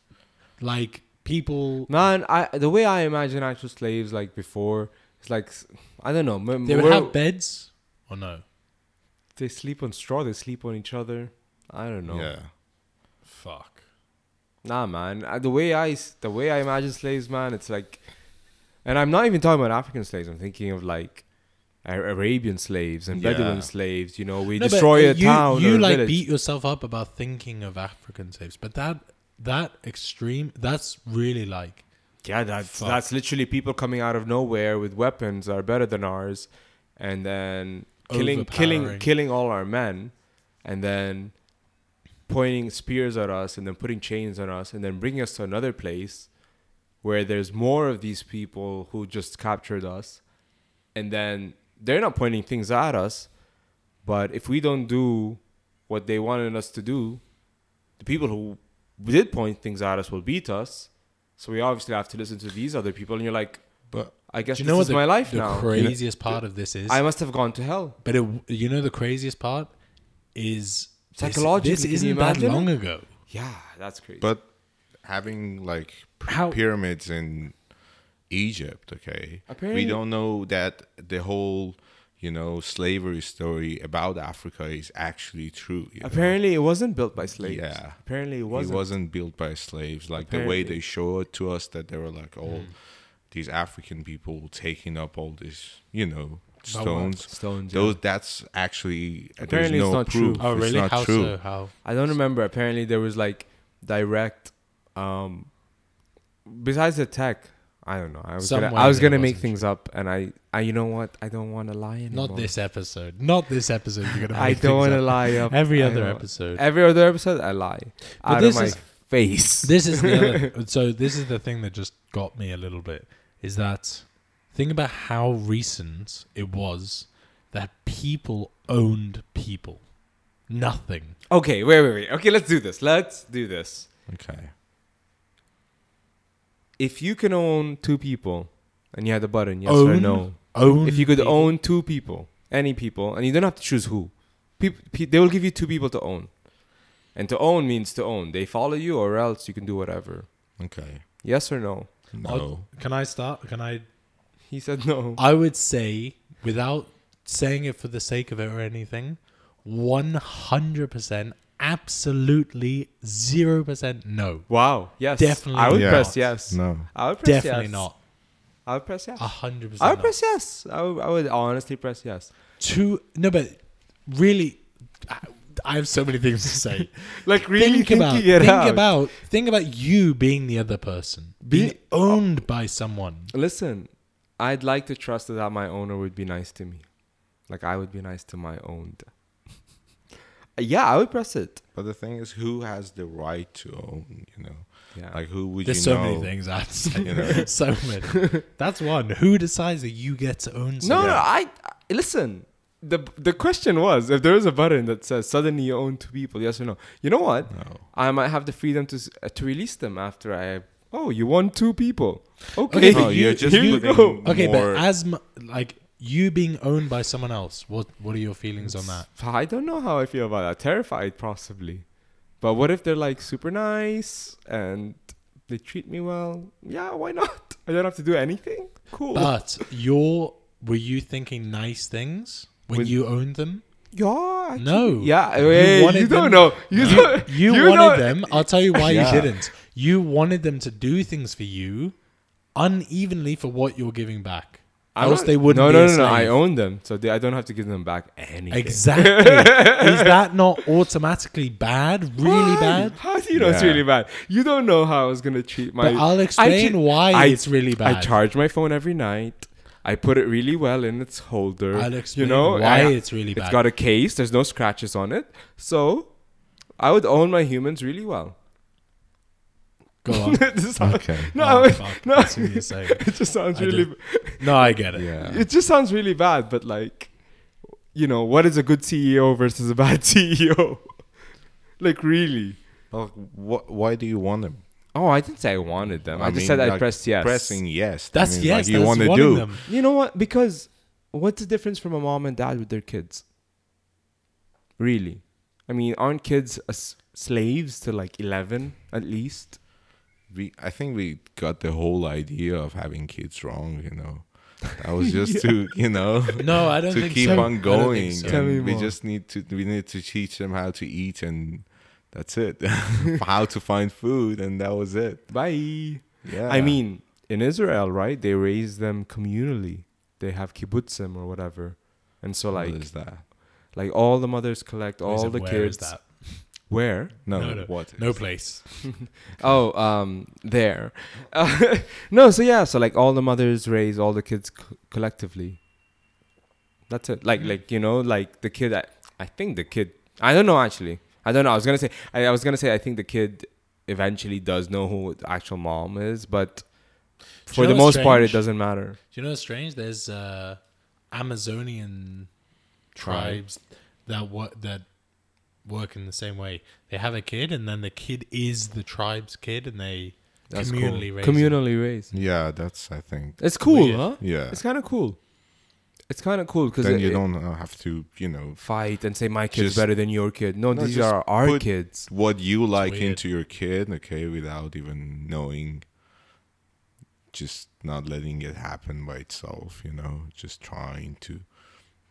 S2: like people.
S3: Man, I the way I imagine actual slaves like before, it's like s- I don't know. m-
S2: They would
S3: we're-
S2: have beds or no?
S3: they sleep on straw. They sleep on each other. I don't know.
S4: yeah
S2: Fuck.
S3: Nah, man. Uh, The way I s- the way I imagine slaves, man, it's like, and I'm not even talking about African slaves. I'm thinking of like Ar- Arabian slaves and Bedouin
S4: Yeah.
S3: slaves. You know, we
S2: No, but uh,
S3: destroy a
S2: you,
S3: town
S2: You
S3: or a
S2: like
S3: village.
S2: beat yourself up about thinking of African slaves, but that that extreme, that's really like
S3: yeah, that's
S2: Fuck.
S3: that's literally people coming out of nowhere with weapons that are better than ours, and then killing killing
S2: Overpowering.
S3: killing all our men, and then pointing spears at us, and then putting chains on us, and then bringing us to another place where there's more of these people who just captured us, and then they're not pointing things at us, but if we don't do what they wanted us to do, the people who did point things at us will beat us. So we obviously have to listen to these other people, and you're like,
S4: but
S3: I guess
S2: Do you
S3: this
S2: know what
S3: is
S2: the,
S3: my life
S2: the
S3: now.
S2: craziest part of this is?
S3: I must have gone to hell.
S2: but it, you know the craziest part is this-
S3: Psychologically,
S2: This,
S3: can you
S2: isn't that
S3: imagine?
S2: long ago.
S3: Yeah, that's crazy.
S4: But having like p-
S2: How-
S4: pyramids in Egypt, okay,
S3: Apparently-
S4: we don't know that the whole you know slavery story about Africa is actually true. you know?
S3: apparently, it wasn't built by slaves.
S4: Yeah.
S3: Apparently, it wasn't.
S4: it wasn't built by slaves. Like the way
S3: Apparently.
S4: they show it to us, that they were like all
S2: Hmm.
S4: these African people taking up all these, you know.
S2: what?
S4: Stones,
S3: Stones, yeah.
S4: Those that's actually
S3: Apparently it's
S4: there's no
S3: not true.
S4: proof.
S2: Oh
S4: It's
S2: really?
S4: not
S2: How
S4: true.
S2: so? How?
S3: I don't remember. Apparently, there was like direct. um Besides the tech, I don't know. I was gonna,
S2: Somewhere
S3: I was
S2: there
S3: gonna make
S2: wasn't
S3: things up, and I, I, you know what? I don't want to lie anymore.
S2: Not this episode. Not this episode. You're gonna.
S3: I
S2: make
S3: don't
S2: things
S3: want to
S2: up.
S3: lie up.
S2: Every
S3: I
S2: other
S3: don't-
S2: episode.
S3: Every other episode, I lie.
S2: But
S3: Out
S2: this
S3: of my
S2: is-
S3: face.
S2: This is the other, so. This is the thing that just got me a little bit is that think about how recent it was that people owned people. Nothing.
S3: Okay, wait, wait, wait. Okay, let's do this. Let's do this.
S4: Okay.
S3: If you can own two people, and you had the button, yes or
S2: Own?
S3: no.
S2: Own.
S3: If you could
S2: people.
S3: own two people, any people, and you don't have to choose who, people, pe- they will give you two people to own. And to own means to own. They follow you, or else you can do whatever.
S4: Okay.
S3: Yes or no?
S4: No.
S2: I'll- Can I start? Can I?
S3: He said no.
S2: I would say, without saying it for the sake of it or anything, one hundred percent absolutely 0% no.
S3: Wow. Yes.
S2: Definitely
S3: I would
S4: not.
S3: press yes.
S4: No.
S3: I would press
S2: Definitely
S3: yes.
S2: not.
S3: I would press yes.
S2: A 100%.
S3: I would
S2: no.
S3: press yes. I would, I would honestly press yes.
S2: Two, no, but really, I, I have so many things to say.
S3: Like
S2: think about, think about, think about you being the other person, being
S3: Be-
S2: owned by someone.
S3: Listen, I'd like to trust that my owner would be nice to me. Like I would be nice to my owned. yeah, I would press it.
S4: But the thing is, who has the right to own? You know,
S3: Yeah.
S4: like who would
S2: There's
S4: you
S2: so
S4: know?
S2: many things I'd say.
S4: You know.
S2: so many. That's one. Who decides that you get to own
S3: no,
S2: something?
S3: no, I, I listen. The the question was if there is a button that says suddenly you own two people, yes or no. You know what?
S4: No.
S3: I might have the freedom to s- uh, to release them after I. Oh, you want two people? Okay,
S2: Okay,
S4: No, you're just
S3: here you
S4: putting
S3: go.
S2: Okay,
S4: more-
S2: but as mu- like you being owned by someone else, what what are your feelings on that?
S3: I don't know how I feel about that. Terrified, possibly. But what if they're like super nice and they treat me well? Yeah, why not? I don't have to do anything. Cool.
S2: But your were you thinking nice things when
S3: With-
S2: you owned them?
S3: yeah. actually-
S2: No.
S3: Yeah.
S2: You
S3: Wait, you,
S2: wanted
S3: don't
S2: them-
S3: know. You, don't.
S2: You,
S3: you
S2: wanted
S3: don't-
S2: them. I'll tell you why
S4: Yeah.
S2: you didn't. You wanted them to do things for you unevenly for what you're giving back.
S3: I'm
S2: else
S3: not-
S2: they wouldn't.
S3: No,
S2: be
S3: no,
S2: a
S3: no, no. I
S2: slave.
S3: own them, so they, I don't have to give them back anything.
S2: Exactly. Is that not automatically bad? Really
S3: Why?
S2: bad?
S3: How do you know it's
S4: Yeah.
S3: really bad? You don't know how I was gonna treat my.
S2: But I'll
S3: I
S2: explain
S3: ju-
S2: why
S3: I-
S2: it's really bad.
S3: I charge my phone every night. I put it really well in its holder.
S2: I'll explain
S3: you know
S2: why
S3: I-
S2: it's really bad.
S3: It's got a case. There's no scratches on it. So, I would own my humans really well.
S2: Go on.
S3: This is how-
S4: Okay.
S3: No,
S2: Oh,
S3: I-
S2: fuck.
S3: no.
S2: I see what you're saying.
S3: it just sounds
S2: I
S3: really.
S2: do. No, I get it.
S4: Yeah.
S3: It just sounds really bad. But like, you know, what is a good CEO versus a bad CEO? like really.
S4: Well, wh- why do you want them?
S3: Oh, I didn't say I wanted them. I, just said I
S4: like,
S3: pressed yes.
S4: Pressing yes. that
S2: That's
S4: means,
S2: yes.
S4: Like, you
S2: that's
S4: want to
S2: one of
S4: do.
S2: them.
S3: You know what? Because what's the difference from a mom and dad with their kids? Really? I mean, aren't kids as slaves to like 11 at least?
S4: We, I think we got the whole idea of having kids wrong. You know, that was just to you know
S2: No, I don't
S4: to
S2: think
S4: keep
S2: so. I
S4: on
S2: don't
S4: going.
S2: think so.
S4: and
S3: Tell me
S4: we
S3: more.
S4: just need to we need to teach them how to eat and that's it. how to find food and that was it.
S3: Bye.
S4: Yeah.
S3: I mean, in Israel, right? They raise them communally. They have kibbutzim or whatever. And so
S4: What
S3: like
S4: is that?
S3: like all the mothers collect
S2: Is
S3: all
S2: it-
S3: the
S2: where is
S3: kids.
S2: that?
S3: Where?
S4: No,
S2: No, no.
S4: what?
S2: No
S4: is-
S2: place.
S3: Oh, um, there. Uh, no, so yeah, so like all the mothers raise all the kids c- collectively. That's it. Like, like you know, like the kid. I, I think the kid. I don't know actually. I don't know. I was gonna say. I, I was gonna say. I think the kid eventually does know who the actual mom is, but for
S2: know
S3: the most
S2: what's
S3: part, it
S2: strange?
S3: doesn't matter.
S2: Do you know what's strange? There's uh, Amazonian tribes that work that work in the same way. They have a kid, and then the kid is the tribe's kid, and they
S3: That's cool.
S2: communally raise. him.
S3: Communally raised.
S4: Yeah, that's I think.
S3: It's cool,
S2: Weird.
S3: huh?
S4: Yeah.
S3: It's kind of cool. It's kind of cool because
S4: Then you don't uh, have to you know
S3: fight and say my kid's
S4: Just-
S3: better than your kid. No,
S4: No,
S3: these
S4: just
S3: are our
S4: put-
S3: kids.
S4: what you like
S2: weird.
S4: into your kid, okay, without even knowing. Just not letting it happen by itself, you know, just trying to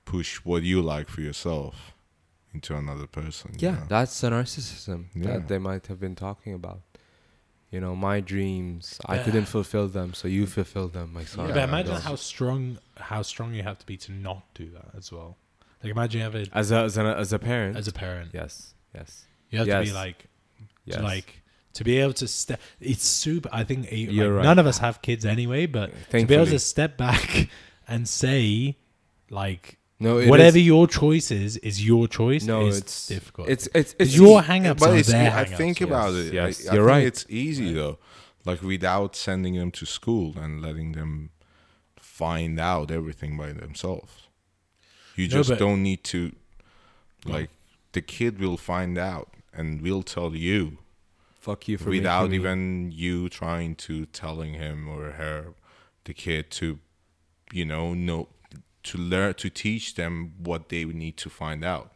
S4: push what you like for yourself into another person. you
S3: Yeah,
S4: know?
S3: that's the narcissism
S4: Yeah.
S3: that they might have been talking about. You know, my dreams, I
S2: Yeah.
S3: couldn't fulfill them, so you fulfill them, my son.
S2: But
S4: Yeah,
S2: imagine
S4: that's-
S2: how strong how strong you have to be to not do that as well. Like imagine you have a
S3: as a as a, as a parent.
S2: as a parent,
S3: yes, yes,
S2: you have to
S3: Yes.
S2: be like
S3: yes.
S2: to like to be able to step it's super i think eh, like,
S3: You're right.
S2: none of us have kids anyway but to be able
S3: Thankfully.
S2: to step back and say like
S3: no, it
S2: whatever
S3: is-
S2: your choice is is your choice
S3: no,
S2: is
S3: it's
S2: difficult
S3: It's it's it's
S2: it's your
S3: e-
S2: hang-ups
S4: but
S2: are
S4: it's,
S2: their
S4: I
S2: hang-ups.
S4: think about
S3: yes,
S4: it.
S3: yes,
S4: I, I
S3: you're
S4: think
S3: right.
S4: It's easy though, like without sending them to school and letting them find out everything by themselves. You
S2: No,
S4: just
S2: but-
S4: don't need to. Like the kid will find out and will tell you
S3: fuck you for
S4: without
S3: making me-
S4: even you trying to telling him or her, the kid to, you know, know to learn to teach them what they need to find out.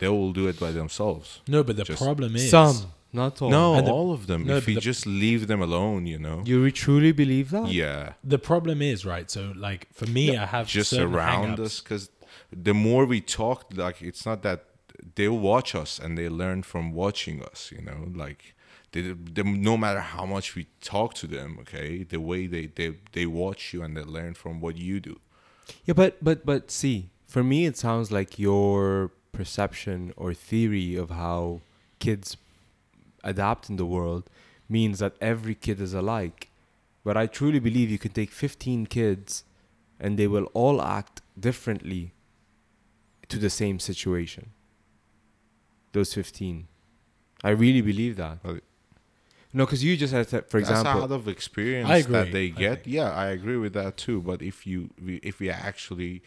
S4: They will do it by themselves.
S2: no but the
S4: just-
S2: problem is
S3: some, not all.
S4: No,
S2: And the-
S4: all of them.
S2: no,
S4: if you
S2: the-
S4: just leave them alone, you know.
S3: you re- truly believe that?
S4: yeah,
S2: the problem is right so like for me i have
S4: just
S2: certain
S4: around
S2: hang-ups.
S4: us because the more we talk, like it's not that they watch us and they learn from watching us you know like they, they no matter how much we talk to them okay the way they they, they watch you and they learn from what you do
S3: Yeah, but but but see, for me, it sounds like your perception or theory of how kids adapt in the world means that every kid is alike. But I truly believe you can take 15 kids and they will all act differently to the same situation. Those 15. I really believe that.
S4: Well-
S3: No, because you just had, to, for
S4: that's a
S3: example,
S4: lot of experience
S2: I
S4: that
S2: agree,
S4: they
S2: I
S4: get
S2: think.
S4: yeah i agree with that too but if you we- if we actually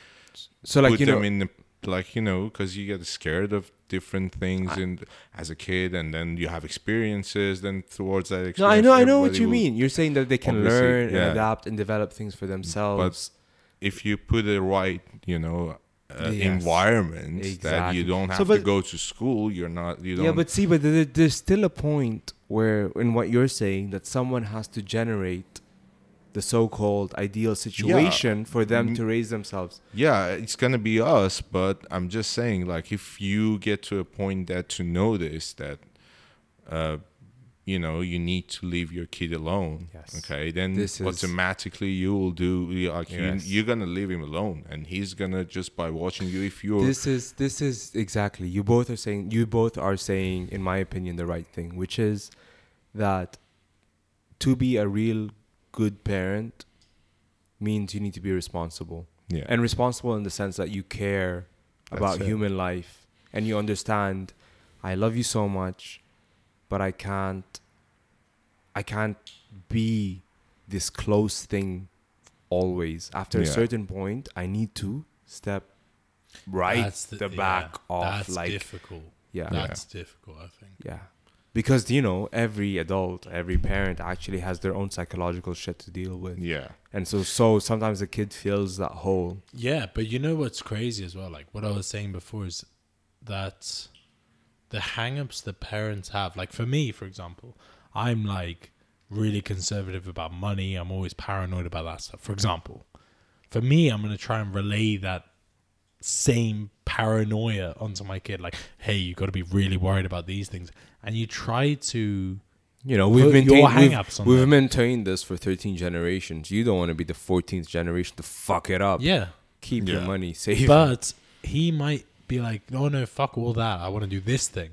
S3: so like
S4: put
S3: you know,
S4: them in the like you know because you get scared of different things and as a kid and then you have experiences then towards that experience
S3: No, I know, I know what
S4: everybody
S3: you
S4: will-
S3: mean. You're saying that they can
S4: obviously,
S3: learn
S4: yeah.
S3: and adapt and develop things for themselves.
S4: if you put the right you know uh,
S3: Yes.
S4: environment that
S3: Exactly.
S4: you don't have
S3: So,
S4: to
S3: but-
S4: go to school you're not you don't
S3: yeah, but see, but there, there's still a point where, in what you're saying, that someone has to generate the so-called ideal situation for them to raise themselves.
S4: Yeah, it's gonna be us, but I'm just saying, like, if you get to a point that to notice that, uh, you know, you need to leave your kid alone.
S3: Yes.
S4: Okay, then
S3: This is-
S4: automatically you will do like
S3: Yes.
S4: you, you're gonna leave him alone, and he's gonna just by watching you. If you're
S3: This is this is exactly. You both are saying you both are saying, in my opinion, the right thing, which is that to be a real good parent means you need to be responsible.
S4: yeah,
S3: and responsible in the sense that you care
S4: That's
S3: about
S4: it.
S3: human life and you understand i love you so much but i can't i can't be this close thing always after a
S4: Yeah.
S3: certain point i need to step right
S2: That's
S3: the,
S2: yeah,
S3: back off
S2: That's
S3: like
S2: difficult.
S3: yeah
S2: That's difficult, I think.
S3: yeah because you know every adult every parent actually has their own psychological shit to deal with
S4: yeah,
S3: and so so sometimes a kid feels that hole
S2: Yeah, but you know what's crazy as well? Like what I was saying before is that the hang-ups that parents have, like for me, for example, I'm like really conservative about money. I'm always paranoid about that stuff. For example, for me, I'm gonna try and relay that same paranoia onto my kid. Like, hey, you got to be really worried about these things, and you try to.
S3: You know,
S2: Put
S3: we've
S2: your
S3: maintained
S2: hang-ups
S3: we've,
S2: on
S3: we've
S2: that.
S3: maintained this for 13 generations. You don't want to be the 14th generation to fuck it up.
S2: Yeah,
S3: Keep your
S4: Yeah.
S3: money safe.
S2: but he might be like, "No, no, fuck all that. I want to do this thing."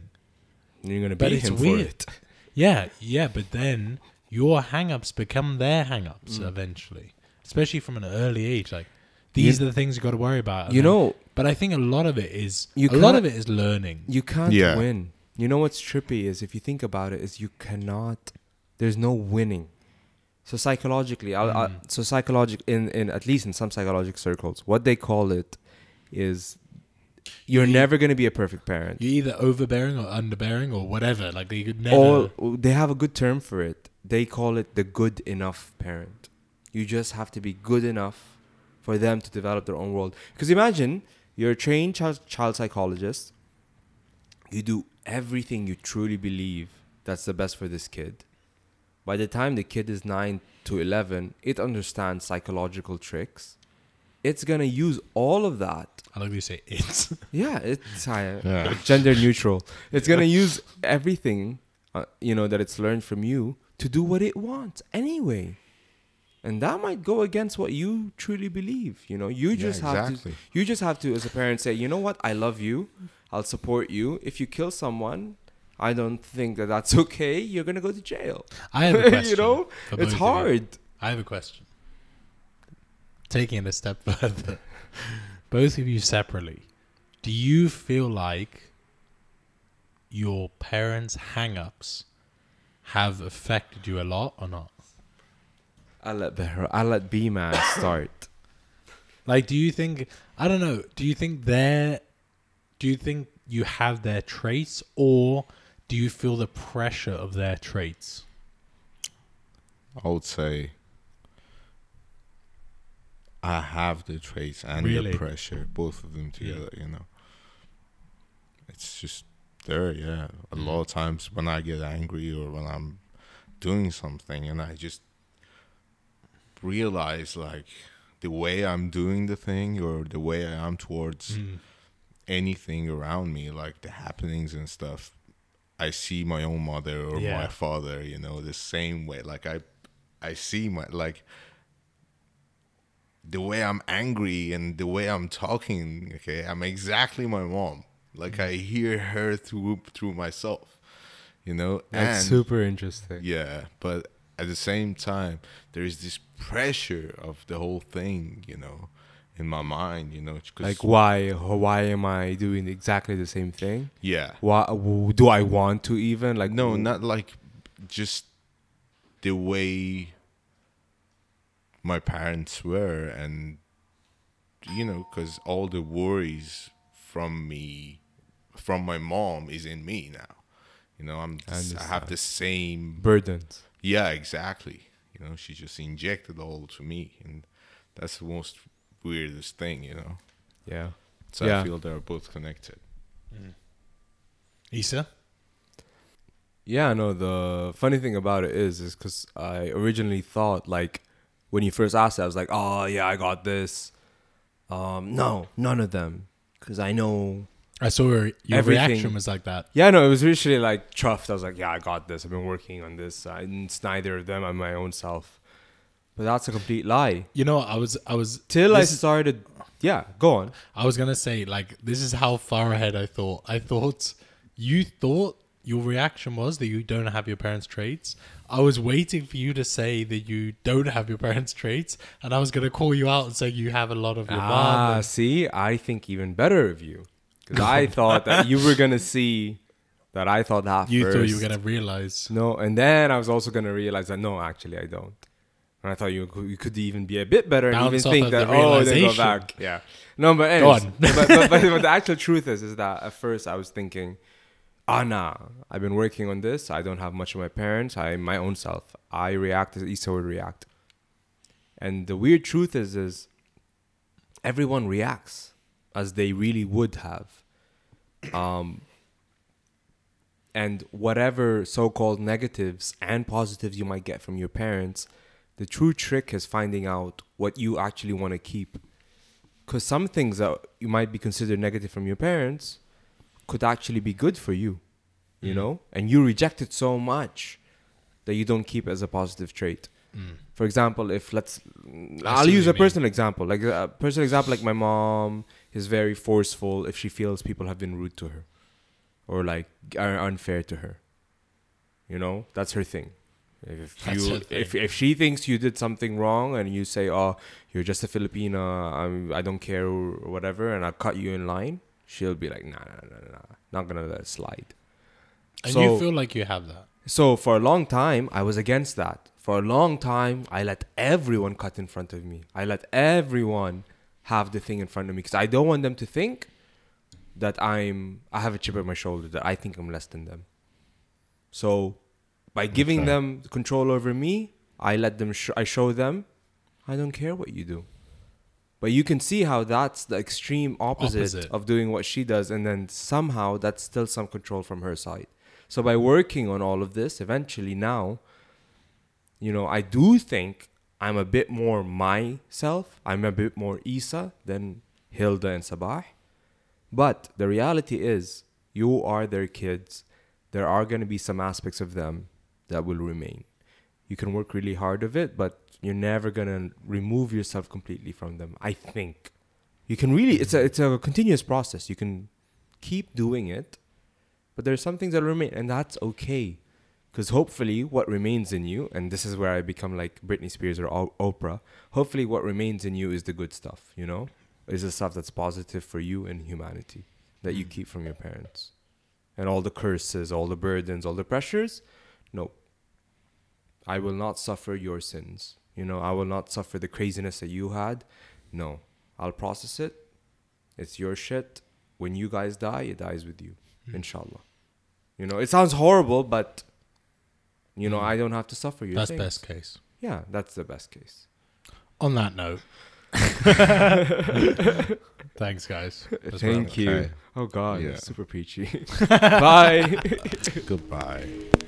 S3: And you're gonna
S2: But
S3: beat
S2: it's
S3: him
S2: weird.
S3: for it.
S2: Yeah, yeah, but then your hang-ups become their hang-ups
S3: Mm.
S2: eventually, especially from an early age. Like these are the things you got to worry about. and
S3: You
S2: then-
S3: know-
S2: but I think a lot of it is
S3: You
S2: a lot
S3: can't-
S2: of it is learning.
S3: You can't
S4: Yeah.
S3: win. You know what's trippy is if you think about it, is you cannot. There's no winning. So psychologically, I, I, so psychologic in in at least in some psychological circles, what they call it is you're never gonna be a perfect parent.
S2: You're either overbearing or underbearing or whatever. Like you could never.
S3: All they have a good term for it. They call it the good enough parent. You just have to be good enough for them to develop their own world. Because imagine you're a trained child, child psychologist. You do everything you truly believe that's the best for this kid. By the time the kid is 9 to 11, it understands psychological tricks. It's going to use all of that
S2: I like you say it's.
S3: yeah, it's uh,
S4: Yeah.
S3: gender neutral. It's gonna use everything, uh, you know, that it's learned from you to do what it wants anyway, and that might go against what you truly believe. You know, you
S4: Yeah,
S3: just have
S4: exactly.
S3: to, you just have to, as a parent, say, you know what, I love you, I'll support you. If you kill someone, I don't think that that's okay. You're gonna go to jail.
S2: I have a question.
S3: you know,
S2: for both
S3: it's
S2: of you.
S3: hard.
S2: I have a question. Taking it a step further, both of you separately, do you feel like your parents' hang ups have affected you a lot or not?
S3: I'll let Behra, I'll let B man start.
S2: Like, do you think, I don't know, do you think their, do you think you have their traits or do you feel the pressure of their traits?
S4: I would say I have the traits and
S2: Really?
S4: the pressure, both of them together. You know, it's just there. Yeah, a lot of times when I get angry or when I'm doing something, and I just
S3: Mm-hmm.
S4: realize like the way I'm doing the thing or the way I am towards anything around me, like the happenings and stuff, I see my own mother or
S2: Yeah.
S4: my father, you know, the same way. Like I I see my like the way I'm angry and the way I'm talking, okay, I'm exactly my mom. Like
S3: Mm-hmm.
S4: I hear her through through myself. You know?
S3: That's
S4: And-
S3: super interesting.
S4: yeah, but at the same time, there is this pressure of the whole thing, you know, in my mind, you know, 'cause-
S3: Like why? Why am I doing exactly the same thing?
S4: yeah,
S3: Why w- do I want to even like?
S4: no, not like just the way my parents were, and you know, because all the worries from me, from my mom, is in me now. You know, I'm
S3: I
S4: I have the same
S3: burdens.
S4: Yeah, exactly. You know, she just injected all to me, and that's the most weirdest thing, you know.
S3: Yeah.
S4: So
S3: Yeah.
S4: I feel they're both connected.
S2: Issa?
S3: Yeah, no, the funny thing about it is is cuz I originally thought like when you first asked it, I was like, "Oh, yeah, I got this." Um no, none of them cuz I know
S2: I saw her, your
S3: Everything.
S2: reaction was like that.
S3: yeah, no, it was literally like truffed. I was like, yeah, I got this. I've been working on this. I, it's neither of them. I'm my own self. But that's a complete lie.
S2: You know, I was, I was,
S3: Till I
S2: this-
S3: started, yeah, go on.
S2: I was gonna say like this is how far ahead I thought. I thought you thought your reaction was that you don't have your parents' traits. I was waiting for you to say that you don't have your parents' traits, and I was gonna call you out and say you have a lot of your mom.
S3: Ah, see, I think even better of you because I thought that you were gonna see that I thought that
S2: You
S3: first.
S2: thought you were gonna realize.
S3: No, and then I was also gonna realize that no, actually, I don't. And I thought you could, you could even be a bit better and
S2: Bounce
S3: even
S2: off
S3: think
S2: of
S3: that
S2: the
S3: oh, they go
S2: realization.
S3: back. Yeah. No, but anyways,
S2: on.
S3: but, but, but, but the actual truth is is that at first I was thinking, ah, nah, I've been working on this. I don't have much of my parents. I am my own self. I react as Issa would react. And the weird truth is, is everyone reacts as they really would have. Um, and whatever so-called negatives and positives you might get from your parents, the true trick is finding out what you actually want to keep. Because some things that you might be considered negative from your parents could actually be good for you,
S2: Mm.
S3: you know? And you reject it so much that you don't keep it as a positive trait. For example, if let's, I'll
S2: Mm. what
S3: use
S2: you
S3: a
S2: mean.
S3: personal example. Like a personal example, like my mom is very forceful if she feels people have been rude to her or like are unfair to her. You know, that's her thing. If
S2: That's
S3: you
S2: her thing.
S3: if if she thinks you did something wrong and you say, "Oh, you're just a Filipina, I'm I don't care or whatever," and I'll cut you in line, she'll be like, "Nah, nah, nah, nah, nah. not gonna let it slide."
S2: And
S3: So-
S2: you feel like you have that.
S3: So for a long time, I was against that. For a long time, I let everyone cut in front of me. I let everyone have the thing in front of me because I don't want them to think that I'm I have a chip on my shoulder that I think I'm less than them. So by giving
S4: Okay.
S3: them control over me, I let them sh- I show them I don't care what you do. But you can see how that's the extreme opposite,
S2: Opposite.
S3: of doing what she does, and then somehow that's still some control from her side. So by working on all of this, eventually now, you know, I do think I'm a bit more myself. I'm a bit more Isa than Hilda and Sabah. But the reality is, you are their kids. There are going to be some aspects of them that will remain. You can work really hard of it, but you're never going to remove yourself completely from them. I think you can really. It's a it's a continuous process. You can keep doing it, but there's some things that remain, and that's okay. Because hopefully, what remains in you, and this is where I become like Britney Spears or O- Oprah, hopefully, what remains in you is the good stuff, you know? Is the stuff that's positive for you and humanity that you keep from your parents. And all the curses, all the burdens, all the pressures. No. I will not suffer your sins. You know, I will not suffer the craziness that you had. No. I'll process it. It's your shit. When you guys die, it dies with you,
S2: Hmm.
S3: inshallah. You know, it sounds horrible, but you know, I don't have to suffer your
S2: Hmm. That's
S3: things.
S2: best case.
S3: Yeah, that's the best case.
S2: On that note. Thanks guys. That's
S3: Thank
S4: Okay.
S3: you. Oh god,
S4: Yeah.
S3: super preachy. Bye.
S4: Goodbye.